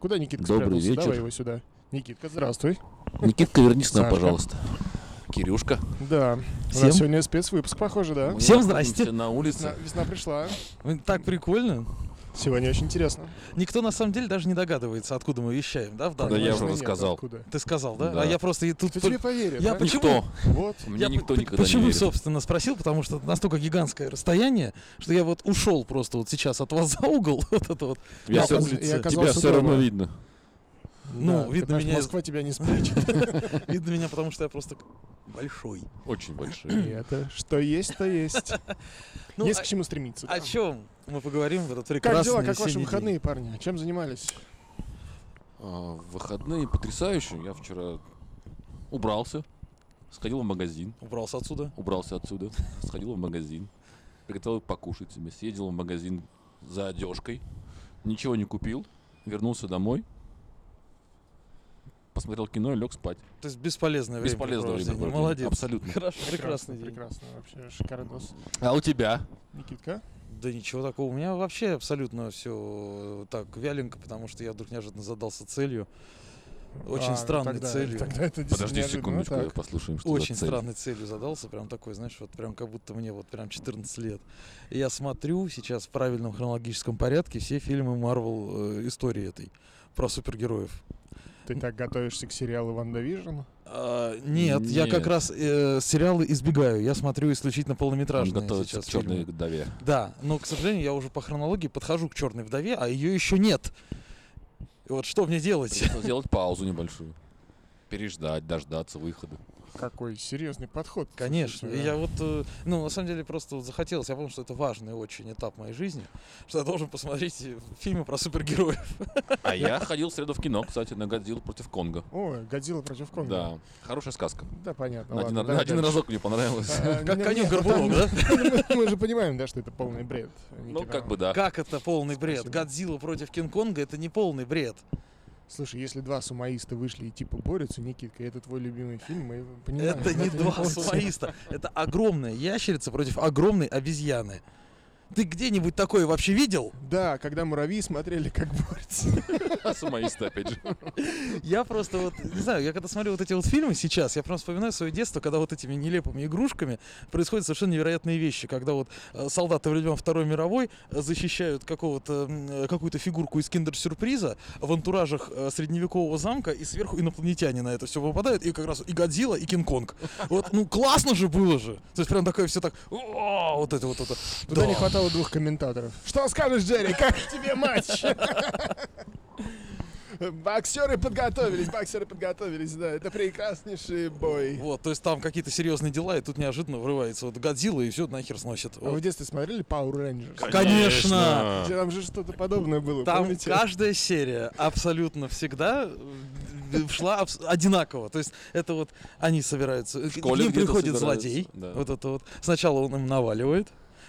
Куда Никитка Добрый спрятался? вечер. Давай его сюда. Никитка, здравствуй. Никитка, вернись к нам, Сашка. пожалуйста. Кирюшка. Да. У Всем? нас сегодня спецвыпуск, похоже, да? Мы Всем находимся здрасте. На Весна, улице. весна пришла. Ну, Так прикольно. Сегодня очень интересно. Никто на самом деле даже не догадывается, откуда мы вещаем, да, в Да данный я момент? уже Конечно, ну нет, рассказал. откуда. Ты сказал, да? Да. А я просто и тут... Кто по- тебе поверит, Я а? почему- Никто. Вот. Мне я никто по- никогда почему, не верит. собственно, спросил, потому что настолько гигантское расстояние, что я вот ушел просто вот сейчас от вас за угол, вот это вот. Тебя Я всё- оказался- я оказался тебя все равно дома. видно. Ну, Да, ты видно, понимаешь, меня- Москва тебя не спрячет. Видно меня, потому что я просто большой. Очень большие. И это э, что есть, то есть. Ну, есть а- к чему стремиться. да. О чем мы поговорим в этот прекрасный Как дела, как ваши весенний выходные, день? парни? Чем занимались? А, Выходные потрясающие. Я вчера убрался, сходил в магазин, Убрался отсюда. убрался отсюда, сходил в магазин, приготовил покушать себе, съездил в магазин за одежкой, ничего не купил, вернулся домой, посмотрел кино и лег спать. То есть бесполезное время. Бесполезное времяпровождение. Молодец. Абсолютно. Хорошо, прекрасный день. Прекрасно, вообще шикардос. А у тебя? Никитка? Да ничего такого. У меня вообще абсолютно все так вяленько, потому что я вдруг неожиданно задался целью. Очень А, ну странной тогда- целью. Тогда это действительно Подожди неожиданно. секундочку, Так. послушаем, что Очень за цель. странной целью задался, прям такой, знаешь, вот прям как будто мне вот прям 14 лет. И я смотрю сейчас в правильном хронологическом порядке все фильмы Марвел э, истории этой про супергероев. Ты так готовишься к сериалу Ванда Вижн? А, нет, я Нет. как раз э, сериалы избегаю. Я смотрю исключительно Он полнометражные готовится сейчас к черной фильмы. вдове. Да, но, к сожалению, я уже по хронологии подхожу к черной вдове, а ее еще нет. И вот что мне делать? Придется сделать паузу небольшую. Переждать, дождаться выхода. Какой серьезный подход. Конечно. слушайте, И да. я вот, э, ну, на самом деле, просто вот захотелось. Я понял, что это важный очень этап моей жизни, что я должен посмотреть э, фильмы про супергероев. А я ходил в среду в кино, кстати, на Годзиллу против Конга. О, Годзилла против Конга. Да, хорошая сказка. Да, понятно. На один, Ну ладно, на да, один дальше. разок мне понравилось. А, Как не- конек не, горбунок, да? ну, там- Мы же понимаем, да, что это полный бред. а типа, Ну, Никита. как бы да. Как это полный бред? Спасибо. Годзилла против Кинг-Конга — это не полный бред. Слушай, если два сумаиста вышли и типа борются, Никитка, это твой любимый фильм, мы понимаем. Это не два полный бред. сумаиста. Это огромная ящерица против огромной обезьяны. Ты где-нибудь такое вообще видел? Да, когда муравьи смотрели, как борются. Сумаисты, опять же. Я просто вот, не знаю, я когда смотрю вот эти вот фильмы сейчас, я прям вспоминаю свое детство, когда вот этими нелепыми игрушками происходят совершенно невероятные вещи, когда вот э, солдаты времен Второй мировой э, защищают какого-то, м, э, какую-то фигурку из киндер-сюрприза в антуражах э, средневекового замка, и сверху инопланетяне на это все попадают, и как раз и Годзилла, и Кинг-Конг. Вот, ну, классно же было же! То есть прям такое все так, «О, вот это вот это. Туда Да. не хватало двух комментаторов. Что скажешь, Джерри, как тебе матч? Боксеры подготовились, боксеры подготовились, да, это прекраснейший бой. Вот, то есть там какие-то серьезные дела, и тут неожиданно врывается вот Годзилла, и все нахер сносит. А вы Вот. в детстве смотрели Power Rangers? Конечно! Где Там же что-то подобное было, Там помните? каждая серия абсолютно всегда э, шла абс- одинаково. То есть это вот они собираются. э, школе к ним где-то приходит собираются, злодей. да. Вот это вот. Сначала он им наваливает.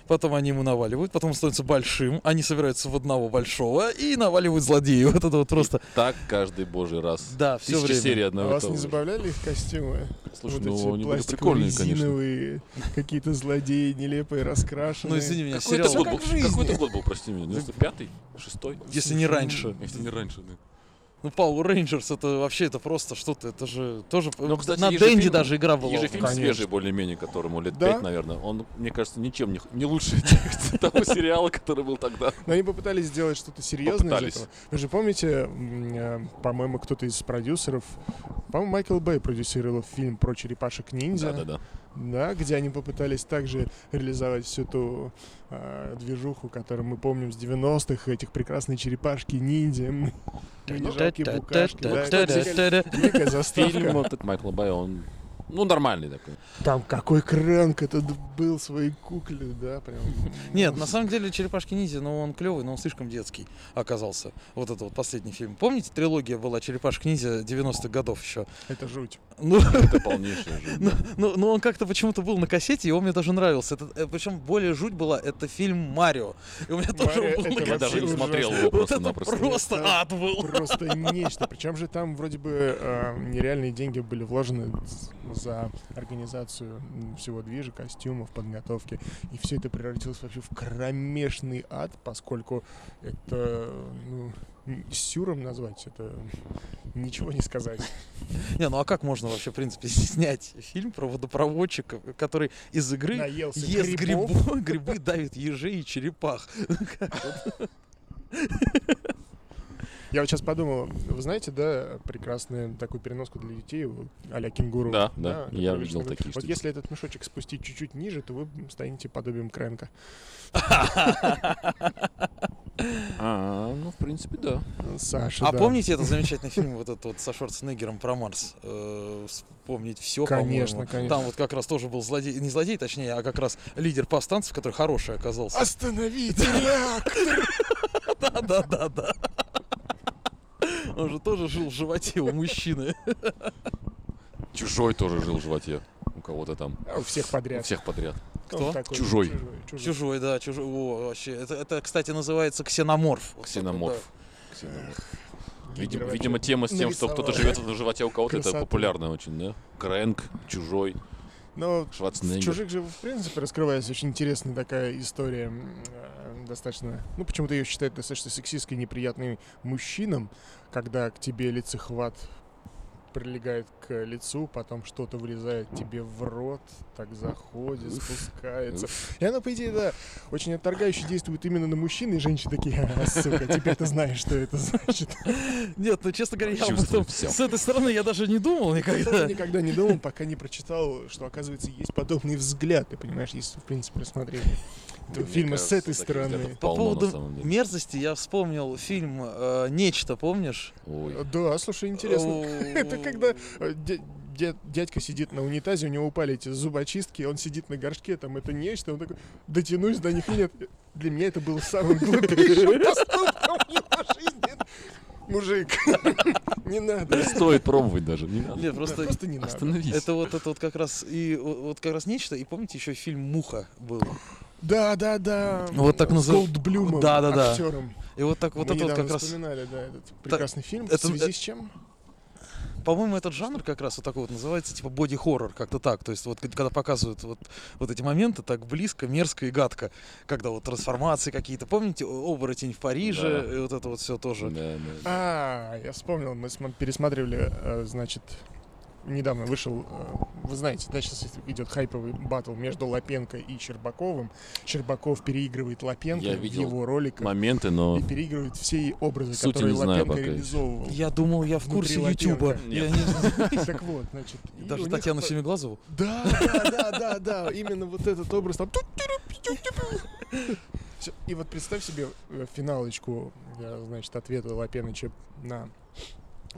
Потом они ему наваливают, потом он становится большим, они собираются в одного большого и наваливают злодею. Вот это вот просто. Так каждый божий раз. Да, все Тысяча время. серий А одного и вас того не же. забавляли их костюмы? Слушай, вот ну эти они были пластиковые, прикольные, конечно. резиновые, какие-то злодеи нелепые, раскрашенные. Ну извини меня, Какой это сериал. год как был? в жизни. Какой это год был, прости меня? 95-й? 6-й? Если не раньше. Если не раньше, да. Ну, Power Rangers это вообще это просто что-то, это же тоже. э, Ну, кстати, на ежефильм- Дэнди даже игра была. Ежефильм Конечно. свежий более-менее, которому лет Да? 5, наверное. Он, мне кажется, ничем не, х- не лучше тех- того сериала, который был тогда. Но они попытались сделать что-то серьезное Попытались. из этого. Вы же помните, м, э, по-моему, кто-то из продюсеров, по-моему, Майкл Бэй продюсировал фильм про черепашек-ниндзя, Да-да-да. да, где они попытались также реализовать всю ту э, движуху, которую мы помним с 90-х, этих прекрасные черепашки-ниндзя, м, мини-жабки-букашки, да, это великая Фильм заставка. вот этот Майкла Бая, он... Ну, нормальный такой. Там какой крэнк этот был своей кукле, да, прям. Нет, на самом деле Черепашки Ниндзя, ну он клевый, но он слишком детский оказался. Вот это вот последний фильм. Помните, трилогия была Черепашки Ниндзя 90-х годов еще? Это жуть. Ну, Это полнейшая жизнь. ну, ну, ну, он как-то почему-то был на кассете, и он мне даже нравился. причем более жуть была, это фильм Марио. И у меня тоже Марио он это был на Я даже кассете. не ужасно. смотрел его Вот это просто-напросто. просто ад был. Просто нечто. Причем же там вроде бы э, нереальные деньги были вложены с- за организацию м, всего движа, костюмов, подготовки. И все это превратилось вообще в кромешный ад, поскольку это ну, м, сюром назвать, это ничего не сказать. Не, ну а как можно вообще, в принципе, снять фильм про водопроводчика, который из игры Наелся ест грибов. грибы, грибы давит ежей и черепах. Я вот сейчас подумал, вы знаете, да, прекрасную такую переноску для детей, вот, а-ля кенгуру. Да, да, которая я вешается видел на грудь. такие Вот штуки. если этот мешочек спустить чуть-чуть ниже, то вы станете подобием Крэнка. А, ну, в принципе, да. Саша, А да. помните этот замечательный фильм вот этот вот со Шварценеггером про Марс? Э, Вспомнить все, Конечно, конечно. Там вот как раз тоже был злодей, не злодей, точнее, а как раз лидер повстанцев, который хороший оказался. Остановите реактор! Да, да, да, да. Он же тоже жил в животе у мужчины. Чужой тоже жил в животе. У кого-то там. У всех У подряд. всех подряд. Он Кто? такой, Чужой. Чужой. Чужой, да, чужой. О, вообще. Это, это, кстати, называется ксеноморф. Вот Ксеноморф. это, да. Ксеноморф. Гитлер Видимо, вообще видимо, тема с тем, что кто-то нарисовал. живет на животе, а у кого-то это Красота. популярно очень, да? Крэнк, чужой, Но Ну, В Шварценеггер. «Чужих» же, в принципе, раскрывается очень интересная такая история. м, э, Достаточно... Ну, почему-то ее считают достаточно сексистской, неприятной мужчинам, когда к тебе лицехват прилегает к лицу, потом что-то вылезает тебе в рот, так заходит, спускается. И оно, по идее, да, очень отторгающе действует именно на мужчин, и женщины такие, «А, сука, теперь ты знаешь, что это значит. Нет, ну, честно говоря, я об Чувствую этом всё. с этой стороны я даже не думал Я никогда. никогда не думал, пока не прочитал, что, оказывается, есть подобный взгляд, ты понимаешь, есть, в принципе, рассмотрение этого Мне фильма с кажется, этой таких стороны. взглядов По полно, на поводу самом деле. мерзости я вспомнил фильм э, «Нечто», помнишь? Ой. Да, слушай, интересно. Это О, когда э, дя- дя- дядька сидит на унитазе, у него упали эти зубочистки, он сидит на горшке, там это нечто, он такой, дотянусь до них, нет. Для меня это было самым глупейшим поступком в его жизни. Мужик, не надо. Не стоит пробовать даже, не надо. Нет, просто Просто не надо. Остановись. это вот это вот как раз и вот вот как раз нечто. И помните еще фильм Муха был. Да, да, да. Вот так С назов- Голдблюмом, Да, да, да. актером. И вот так вот Мы это вот недавно как раз, вспоминали, да, этот прекрасный фильм. это- э в связи с чем? по-моему, этот жанр как раз вот такой вот называется типа боди хоррор как-то так. То есть вот к- когда показывают вот вот эти моменты так близко, мерзко и гадко, когда вот трансформации какие-то. Помните о- оборотень в Париже Да. и вот это вот все тоже. Да, да. А, я вспомнил, мы смо- пересматривали, э, значит, недавно вышел, э, вы знаете, да, сейчас идет хайповый батл между Лапенко и Щербаковым. Щербаков переигрывает Лапенко Я в видел его роликах Моменты, но и переигрывает все образы, Сути которые не знаю Лапенко пока еще. реализовывал. Я думал, я в Внутри курсе Ютуба. Лапенко. Я Нет. не- Так вот, значит. и у Даже них Татьяна по- Семиглазова. Да, да, да, да, да, именно вот этот образ там. Всё, И вот представь себе э, финалочку, э, значит, ответа Лапеныча на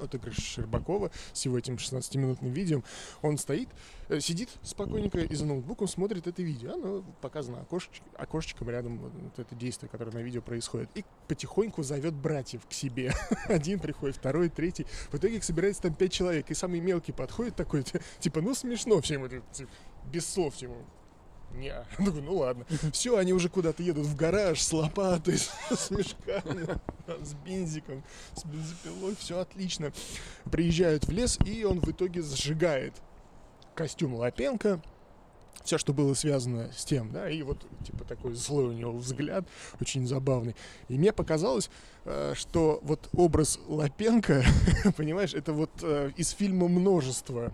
отыгрыш Щербакова с его этим 16-минутным видео. Он стоит, э, сидит спокойненько и за ноутбуком смотрит это видео. Оно показано окошеч- окошечком рядом вот это действие, которое на видео происходит. И потихоньку зовет братьев к себе. Один приходит, второй, третий. В итоге их собирается там пять человек. И самый мелкий подходит такой, типа, ну смешно всем это, типа, без слов ему. Не, ну, ну ладно. Все, они уже куда-то едут в гараж с лопатой, с, с мешками, там, с бензиком, с бензопилой, все отлично. Приезжают в лес, и он в итоге сжигает костюм Лапенко, все, что было связано с тем, да, и вот, типа, такой злой у него взгляд, очень забавный. И мне показалось, э, что вот образ Лапенко, понимаешь, это вот э, из фильма «Множество».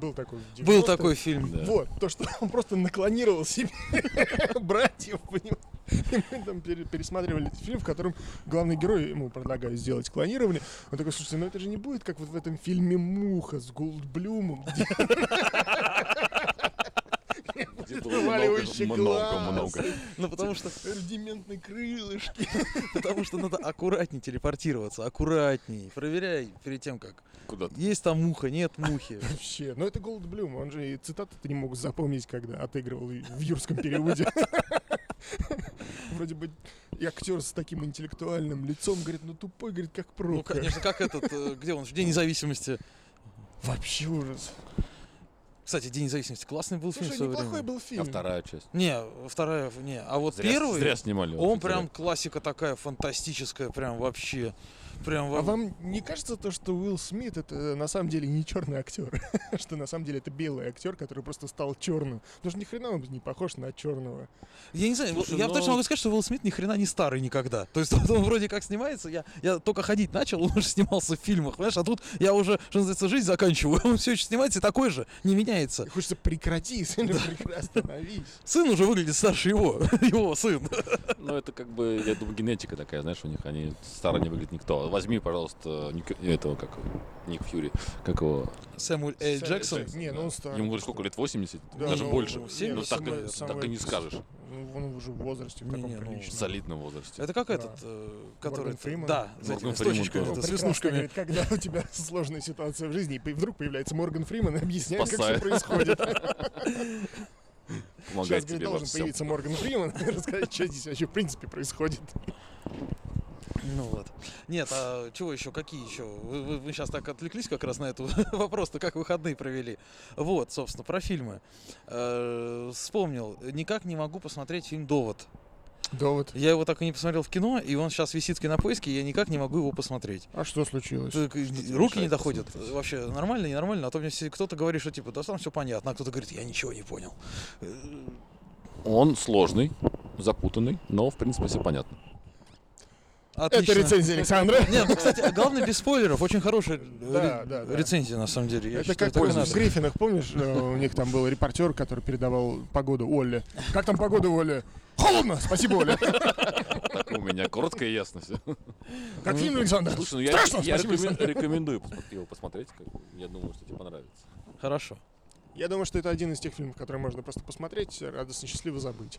Был такой в Был 90-х. такой фильм. да. Вот, то, что он просто наклонировал себе братьев, понимаешь? И мы там пере- пересматривали этот фильм, в котором главный герой, ему предлагают сделать клонирование. Он такой, слушайте, ну это же не будет, как вот в этом фильме «Муха» с Голдблюмом, где Где было вываливающий много, глаз, много. Ну, потому что, рудиментные крылышки. потому что надо аккуратнее телепортироваться, аккуратней. Проверяй перед тем, как Куда есть там муха, нет мухи. Вообще, ну это Голдблюм, он же и цитаты-то не мог запомнить, когда отыгрывал и- в юрском переводе. Вроде бы и актер с таким интеллектуальным лицом говорит, ну тупой, говорит, как Ну, пробка. конечно, как этот, э, где он, в День независимости. Вообще ужас. Кстати, День независимости классный был фильм в Слушай, свое неплохой время. был А фильм. вторая часть? Не, вторая, не. А вот Зря- первый, Зря снимали. он вообще, зря. прям классика такая, фантастическая, прям вообще. Прям А вам не кажется то, что Уилл Смит это э, на самом деле не черный актер? что на самом деле это белый актер, который просто стал черным. Потому что ни хрена он не похож на черного. Я не знаю, Слушай, я но- точно могу сказать, что Уилл Смит ни хрена не старый никогда. То есть он вроде как снимается, я, я только ходить начал, он уже снимался в фильмах, понимаешь, а тут я уже, что называется, жизнь заканчиваю, он все еще снимается и такой же, не меняется. Хочется прекрати, сын, прекрасно остановись. Сын уже выглядит старше его, его сын. Ну, это как бы, я думаю, генетика такая, знаешь, у них они старо не выглядит никто. Возьми, пожалуйста, Ник- этого, как его, Ник Фьюри, как его. Сэмюэль Эль Сэмюэл Джексон. Джексон. Не, ну он старый. Ему говорит, сколько лет, 80? Да, Даже ну, больше. ну, Ну, так, самое- и- самое- так и не скажешь. Ну, Он уже в возрасте, в Не, таком не, ну, в приличном. солидном возрасте. Это как Да. этот, э, который... Фриман? Да, с этими Морган с Фриман, да. точечками, это, Он с прекрасно веснушками. говорит, когда у тебя сложная ситуация в жизни, и вдруг появляется Морган Фриман и объясняет, как все Спасает. происходит. Помогает Сейчас, говорит, тебе во должен всем. появиться Морган Фриман и рассказать, что здесь вообще в принципе происходит. Ну вот. Нет, а чего еще? Какие еще? Вы, сейчас так отвлеклись как раз на эту вопрос-то, как выходные провели. Вот, собственно, про фильмы. Э, вспомнил. Никак не могу посмотреть фильм «Довод». Довод. Я его так и не посмотрел в кино, и он сейчас висит в кинопоиске, и я никак не могу его посмотреть. А что случилось? Так, тебе руки не мешает доходят. посмотреть? Вообще, нормально, ненормально. А то мне все- кто-то говорит, что типа, да там все понятно, а кто-то говорит, я ничего не понял. Э, Он сложный, запутанный, но, в принципе, все понятно. Это Отлично. рецензия Александра. Нет, ну, кстати, а главное без спойлеров. Очень хорошая э, Да, ре- да, да. рецензия, на самом деле. Я Это считаю, как так и в надо. Гриффинах, помнишь, э, у них там был репортер, который передавал погоду Оле. Как там погода, Оля? Холодно! Спасибо, Оля. Так у меня коротко и ясно все. Как фильм, Александр? Слушай, ну я, Страшно, я спасибо, рекомен- Александр. рекомендую пос- его посмотреть. как бы. Я думаю, что тебе понравится. Хорошо. Я думаю, что это один из тех фильмов, которые можно просто посмотреть, радостно, счастливо забыть.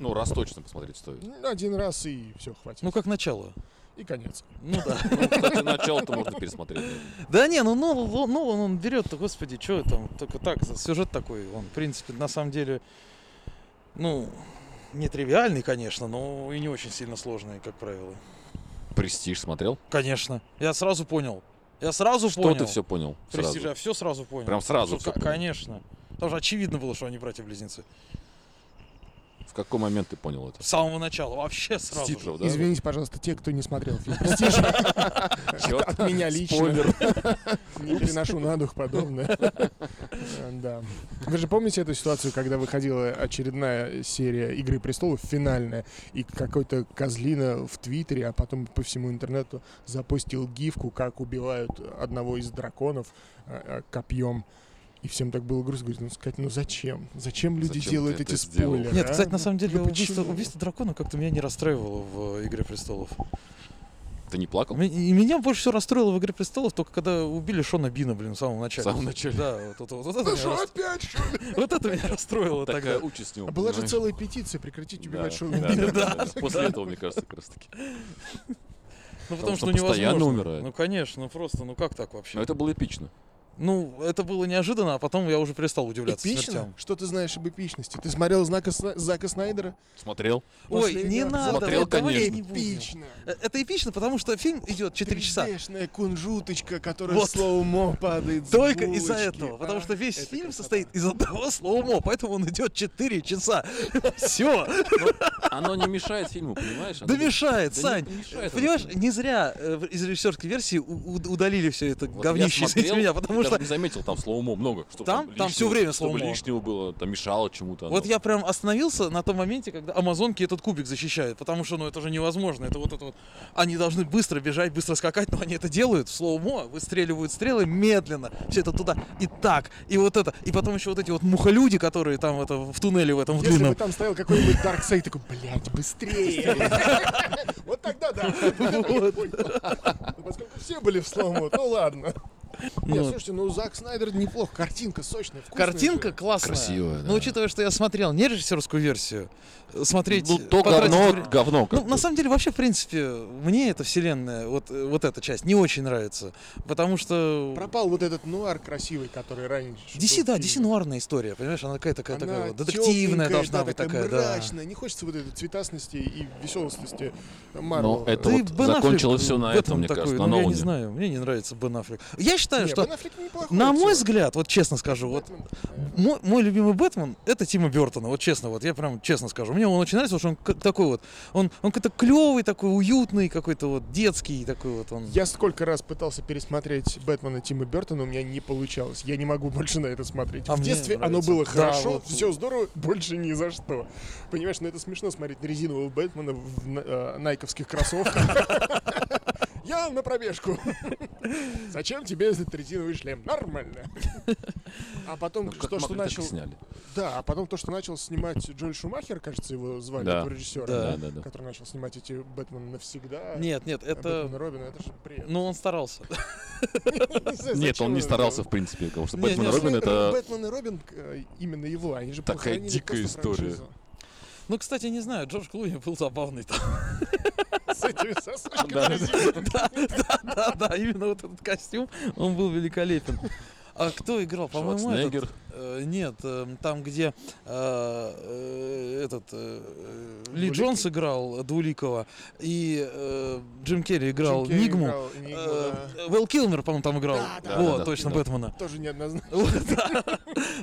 Ну, раз точно посмотреть стоит. Ну, Один раз и все, хватит. Ну, как начало. И конец. Ну да. Ну, кстати, начало-то можно пересмотреть. Да не, ну Нолан, Нолан он берет, господи, что там, только так, сюжет такой, он, в принципе, на самом деле, ну, нетривиальный, конечно, но и не очень сильно сложный, как правило. Престиж смотрел? Конечно. Я сразу понял. Я сразу Что понял. ты все понял? сразу? Престижа, все сразу понял. Прям сразу Что, всё ко- понял. Конечно. Потому что очевидно было, что они братья-близнецы. В какой момент ты понял это? С самого начала, вообще сразу. С же. титров, да? Извините, пожалуйста, те, кто не смотрел фильм «Престиж», Чё? от меня лично. Спойлер. Не переношу на дух подобное. Э, Да. Вы же помните эту ситуацию, когда выходила очередная серия «Игры престолов», финальная, и какой-то козлина в Твиттере, а потом по всему интернету запустил гифку, как убивают одного из драконов а, копьем. И всем так было грустно, говорит, ну сказать, ну зачем? Зачем люди Зачем делают ты это эти сделал? спойлеры? Нет, а? кстати, на самом деле Ну убийство, почему? убийство дракона как-то меня не расстраивало в э, «Игре престолов». Ты не плакал? Ме- И меня больше всего расстроило в «Игре престолов» только когда убили Шона Бина, блин, в самом начале. В самом начале. Да, вот, это- вот это Ну меня что, рас- опять что вот это меня расстроило Такая тогда. Ну, участь с него. А была же понимаешь? целая петиция прекратить убивать Да, Шона да, Бина. да, да, Да. да. После этого, мне кажется, как раз таки. Ну, потому потому что что постоянно невозможно. умирает. Ну, конечно, ну просто, ну как так вообще? Но это было эпично. Ну, это было неожиданно, а потом я уже перестал удивляться Эпично? смертям. Что ты знаешь об эпичности? Ты смотрел «Знака Сна- Зака Снайдера? Смотрел? Ой, После не игры. надо, Смотрел, вот давай конечно. не будем. Э, Это эпично, потому что фильм идет 4 часа. Тридцатная кунжуточка, которая Вот. слово падает с Только из-за булочки. этого, потому А, что весь это фильм красота. состоит из одного слоумо, поэтому он идет 4 часа. Все, Оно не мешает фильму, понимаешь? Оно да мешает, да не Сань. мешает оно Понимаешь, фильму. не зря э, в- из режиссерской версии у- у- удалили все это Вот я говнище из смотрел, меня, я потому что даже не заметил, там слоумо много. Чтобы Там? Там лишнего- всё время чтобы слоумо. лишнего было, там мешало чему-то. Вот оно. я прям остановился на том моменте, когда амазонки этот кубик защищают, потому что, ну, это же невозможно, это вот это вот. Они должны быстро бежать, быстро скакать, но они это делают в слоумо, выстреливают стрелы медленно, все это туда и так, и вот это, и потом еще вот эти вот мухолюди, которые там это, в туннеле в этом в Если бы длинном. там стоял какой-нибудь Дарксайд, такой, блядь, быстрее. Вот тогда да. Я понял. Ну, Поскольку все были в слому, ну ладно. Нет, Ну, слушайте, ну Зак Снайдер неплох, картинка сочная, вкусная. Картинка же. классная. Красивая, да. Но учитывая, что я смотрел не режиссерскую версию, э, смотреть... Ну, то потратить говно, время- говно. как Ну, на бы. самом деле, вообще, в принципе, мне эта вселенная, вот, э, вот эта часть, не очень нравится. Потому что... Пропал вот этот нуар красивый, который раньше. DC, был да, в DC фильме. нуарная история, понимаешь, она такая такая, такая Она вот детективная тёпленькая, должна да, быть такая, мрачная. Не хочется вот этой цветастости и веселости Но Марвел. да. это Да и вот Бен Аффлек закончилось всё на в этом, мне такой, кажется, на ну, я не Нолане. знаю, мне не нравится Бен Аффлек. Я считаю, Не, что Бен Аффлек неплохой на мой актер. взгляд, вот честно скажу, вот Бэтмен, мой, мой любимый Бэтмен это Тима Бертона, вот честно, вот я прям честно скажу. Мне он очень нравится, потому что он к- такой вот, он, он какой-то клевый, такой уютный, какой-то вот детский, такой вот он. Я сколько раз пытался пересмотреть Бэтмена Тима Бертона, у меня не получалось. Я не могу больше на это смотреть. А в мне детстве нравится. оно было Да, хорошо, вот. все здорово, больше ни за что. Понимаешь, ну это смешно смотреть на резинового Бэтмена в на- э, найковских кроссовках. Я на пробежку. Зачем тебе этот резиновый шлем? Нормально. А потом, Ну, как то, что могли, так и начал... сняли. Да, а потом то, что начал снимать Джоэль Шумахер, кажется, его звали, Да. этого режиссера, Да. Да, да, да. который начал снимать эти Бэтмен навсегда. Нет, нет, Бэтмен это. Робин, это же бред. Ну, он старался. Нет, он не старался, в принципе, потому что Не, Бэтмен не, и Робин это... Бэтмен и Робин, э, именно его, они же Такая похоронили дикая просто история. франшизу. Ну, кстати, не знаю, Джордж Клуни был забавный там. С этими сосочками Да. резиновыми. Да, да, именно вот этот костюм, он был великолепен. А кто играл? По-моему, этот, Шварценеггер. э, нет, эм, там, где э, э, этот э, Ли Двуликий. Джонс играл Двуликова, и э, Джим Керри играл Джим Керри Нигму. играл Энигму, Э, Ну да. Вэл Килмер, по-моему, там играл. Да, да, Во, да, да, точно, да. Бэтмена. Тоже неоднозначно. Вот, да.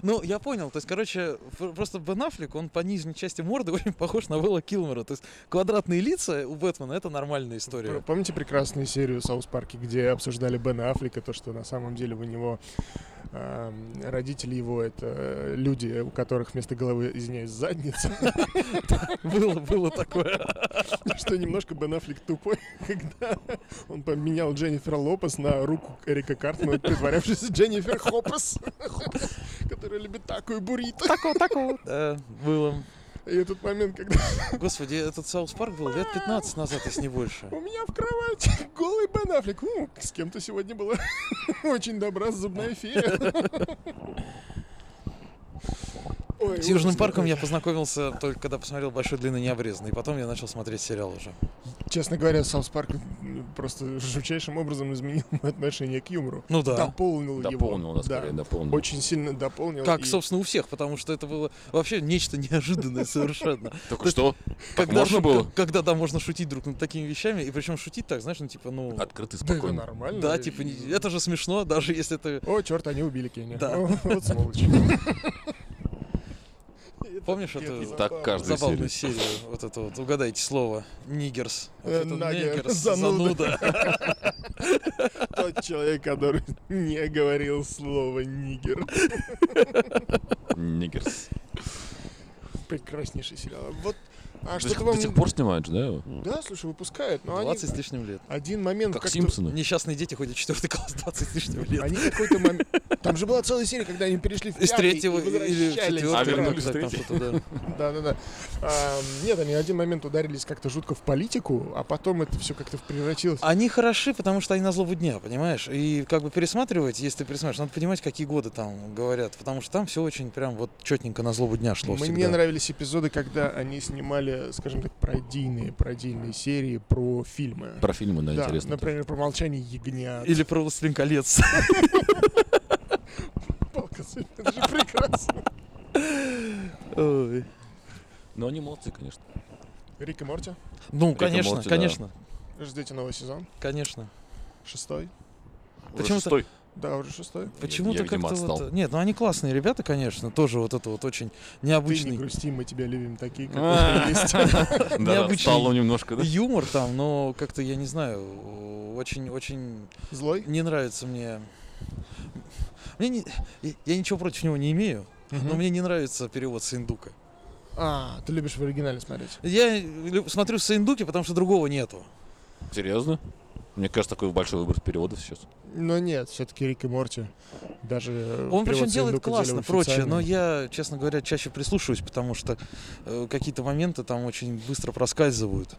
Ну, я понял. То есть, короче, ф- просто Бен Аффлек, он по нижней части морды очень похож на Вэлла Килмера. То есть, квадратные лица у Бэтмена — это нормальная история. Помните прекрасную серию Саус Парки, где обсуждали Бена Аффлека, то, что на самом деле у него эм, родители его это э, люди, у которых вместо головы, извиняюсь, задница, Было, было такое. что немножко Бен Аффлек тупой, когда он поменял Дженнифер Лопес на руку Эрика Картмана, притворявшись Дженнифер Хопес, которая любит такую буррито. Такого, такого. Да, было. И этот момент, когда Господи, этот Саус Парк был лет 15 назад, если не больше. у меня в кровати голый Бен Аффлек. «М, с кем-то сегодня была очень добра зубная фея. Ой, С Южным ужас парком какой. я познакомился только когда посмотрел «Большой длинный необрезанный», и потом я начал смотреть сериал уже. Честно говоря, Саус Парк м, просто жутчайшим образом изменил мое отношение к юмору. Ну да. Дополнил, его. Дополнил нас, Да. скорее, дополнил. Очень сильно дополнил. Как, и- собственно, у всех, потому что это было вообще нечто неожиданное совершенно. Только что Когда, можно ну, было? к- Когда, да, можно шутить друг над такими вещами, и причем шутить так, знаешь, ну типа, ну... открытый, Да это спокойно. нормально. Да, типа, не- это же смешно, даже если это... О, черт, они убили Кенни. Да. О, Вот сволочь. Помнишь эту- забавно. Так каждый Каждую Забавную серию, вот это вот, угадайте слово, нигерс. Вот Э, это нагер, негерс, зануда. зануда. Тот человек, который не говорил слово нигер. Ниггерс. прекраснейший Прекраснейший сериал. Вот, а До что сих- то до вам... сих пор снимают же, да? его? Да, слушай, выпускают, но 20 с Ну, они... лишним лет. Один момент... Как как-то- Симпсоны. Несчастные дети ходят в четвертый класс 20 с лишним лет. Они какой-то момент... Там же была целая серия, когда они перешли в Из пятый третьего и или в возвращались. четвертый. А, вернулись да, в там третий. что-то, да. Да-да-да. А, Нет, они в один момент ударились как-то жутко в политику, а потом это все как-то превратилось... А, Они хороши, потому что они на злобу дня, понимаешь? И как бы пересматривать, если ты пересматриваешь, надо понимать, какие годы там говорят, потому что там все очень прям вот четненько на злобу дня шло Мне всегда. нравились эпизоды, когда они снимали, скажем так, пародийные, пародийные серии про фильмы. Про фильмы, да, да, интересно. например, про молчание ягнят. Или про «Властелин колец». Палка с- Это же прекрасно. Ой. Но они молодцы, конечно. Рик и Морти, Ну, Рик и конечно, Морти, да. конечно, ждите новый сезон. конечно. Шестой. Почему-то- Шестой. Да, уже шестой. Почему-то я, видимо, как-то вот... отстал. Нет, ну они классные ребята, конечно, тоже вот это вот очень Ты не необычный грусти, мы тебя любим такие, как А. ты есть. Да, Необычный. да, стало немножко, да? юмор там, но как-то, я не знаю, очень-очень Злой. не нравится мне... Мне не- я- Я ничего против него не имею, но Мгм. мне не нравится перевод с индука. Ну, А, ты любишь в оригинале смотреть. Я лю- смотрю Саиндуки, потому что другого нету. Серьезно? Мне кажется, такой большой выбор переводов сейчас. Но нет, все-таки Рик и Морти. Даже Он причем причем делает классно, прочее, но я, честно говоря, чаще прислушиваюсь, потому что э, какие-то моменты там очень быстро проскальзывают,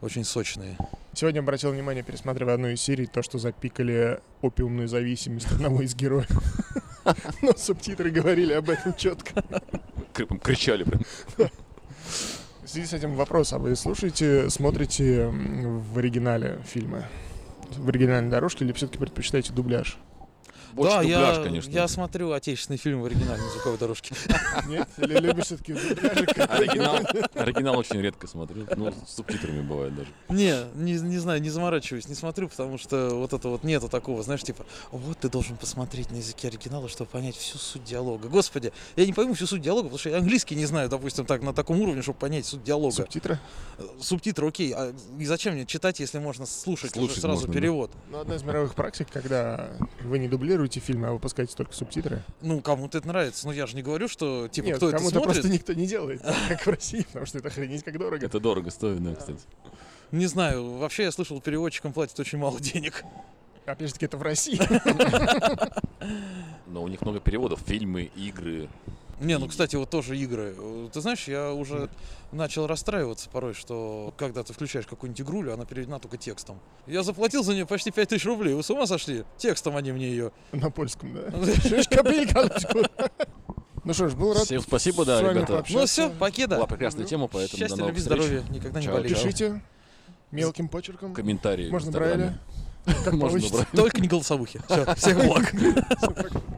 очень сочные. Сегодня обратил внимание, пересматривая одну из серий, то, что запикали опиумную зависимость одного из героев. Но субтитры говорили об этом четко. Кр- прям Кричали прям. В связи с этим вопрос, а вы слушаете, смотрите м, в оригинале фильмы? В оригинальной дорожке или все-таки предпочитаете дубляж? Больше да, дубляж, я, конечно. я смотрю отечественный фильм в оригинальной звуковой дорожке. Нет? Или любишь все-таки Оригинал, оригинал очень редко смотрю. Ну, с субтитрами бывает даже. Не, не, не знаю, не заморачиваюсь, не смотрю, потому что вот это вот нету такого, знаешь, типа, вот ты должен посмотреть на языке оригинала, чтобы понять всю суть диалога. Господи, я не пойму всю суть диалога, потому что я английский не знаю, допустим, так, на таком уровне, чтобы понять суть диалога. субтитры? Э, Субтитры, окей, а и зачем мне читать, если можно слушать, уже Слушать сразу можно, да. перевод? Ну, одна из мировых практик, когда вы не дублируете фильмы, а выпускаете только субтитры. Ну, кому-то это нравится, но я же не говорю, что, типа, Нет, кто это кому-то смотрит. просто никто не делает, как в России, потому что это охренеть как дорого. Это дорого стоит, да, кстати. Не знаю, вообще я слышал, переводчикам платят очень мало денег. Опять же таки, это в России. Но у них много переводов. Фильмы, игры. Не, ну, И- кстати, вот тоже игры. Э, Ты знаешь, я уже начал расстраиваться порой, что когда ты включаешь какую-нибудь игрулю, она переведена только текстом. Я заплатил за нее почти 5000 рублей, вы с ума сошли? Текстом они мне ее. На польском, да. Шишка, пилька, дочку. Ну что ж, был рад Всем спасибо, да, с вами ребята. пообщаться. Ну все, покеда. Была прекрасная тема, поэтому Счастья, до новых любви, встреч. здоровья, никогда не Чао, болейте. Пишите мелким почерком. Комментарии. в Можно Инстаграме. Брайля? Можно получится. Брайля. Только не голосовухи. Всё, всех благ. Всё, пока.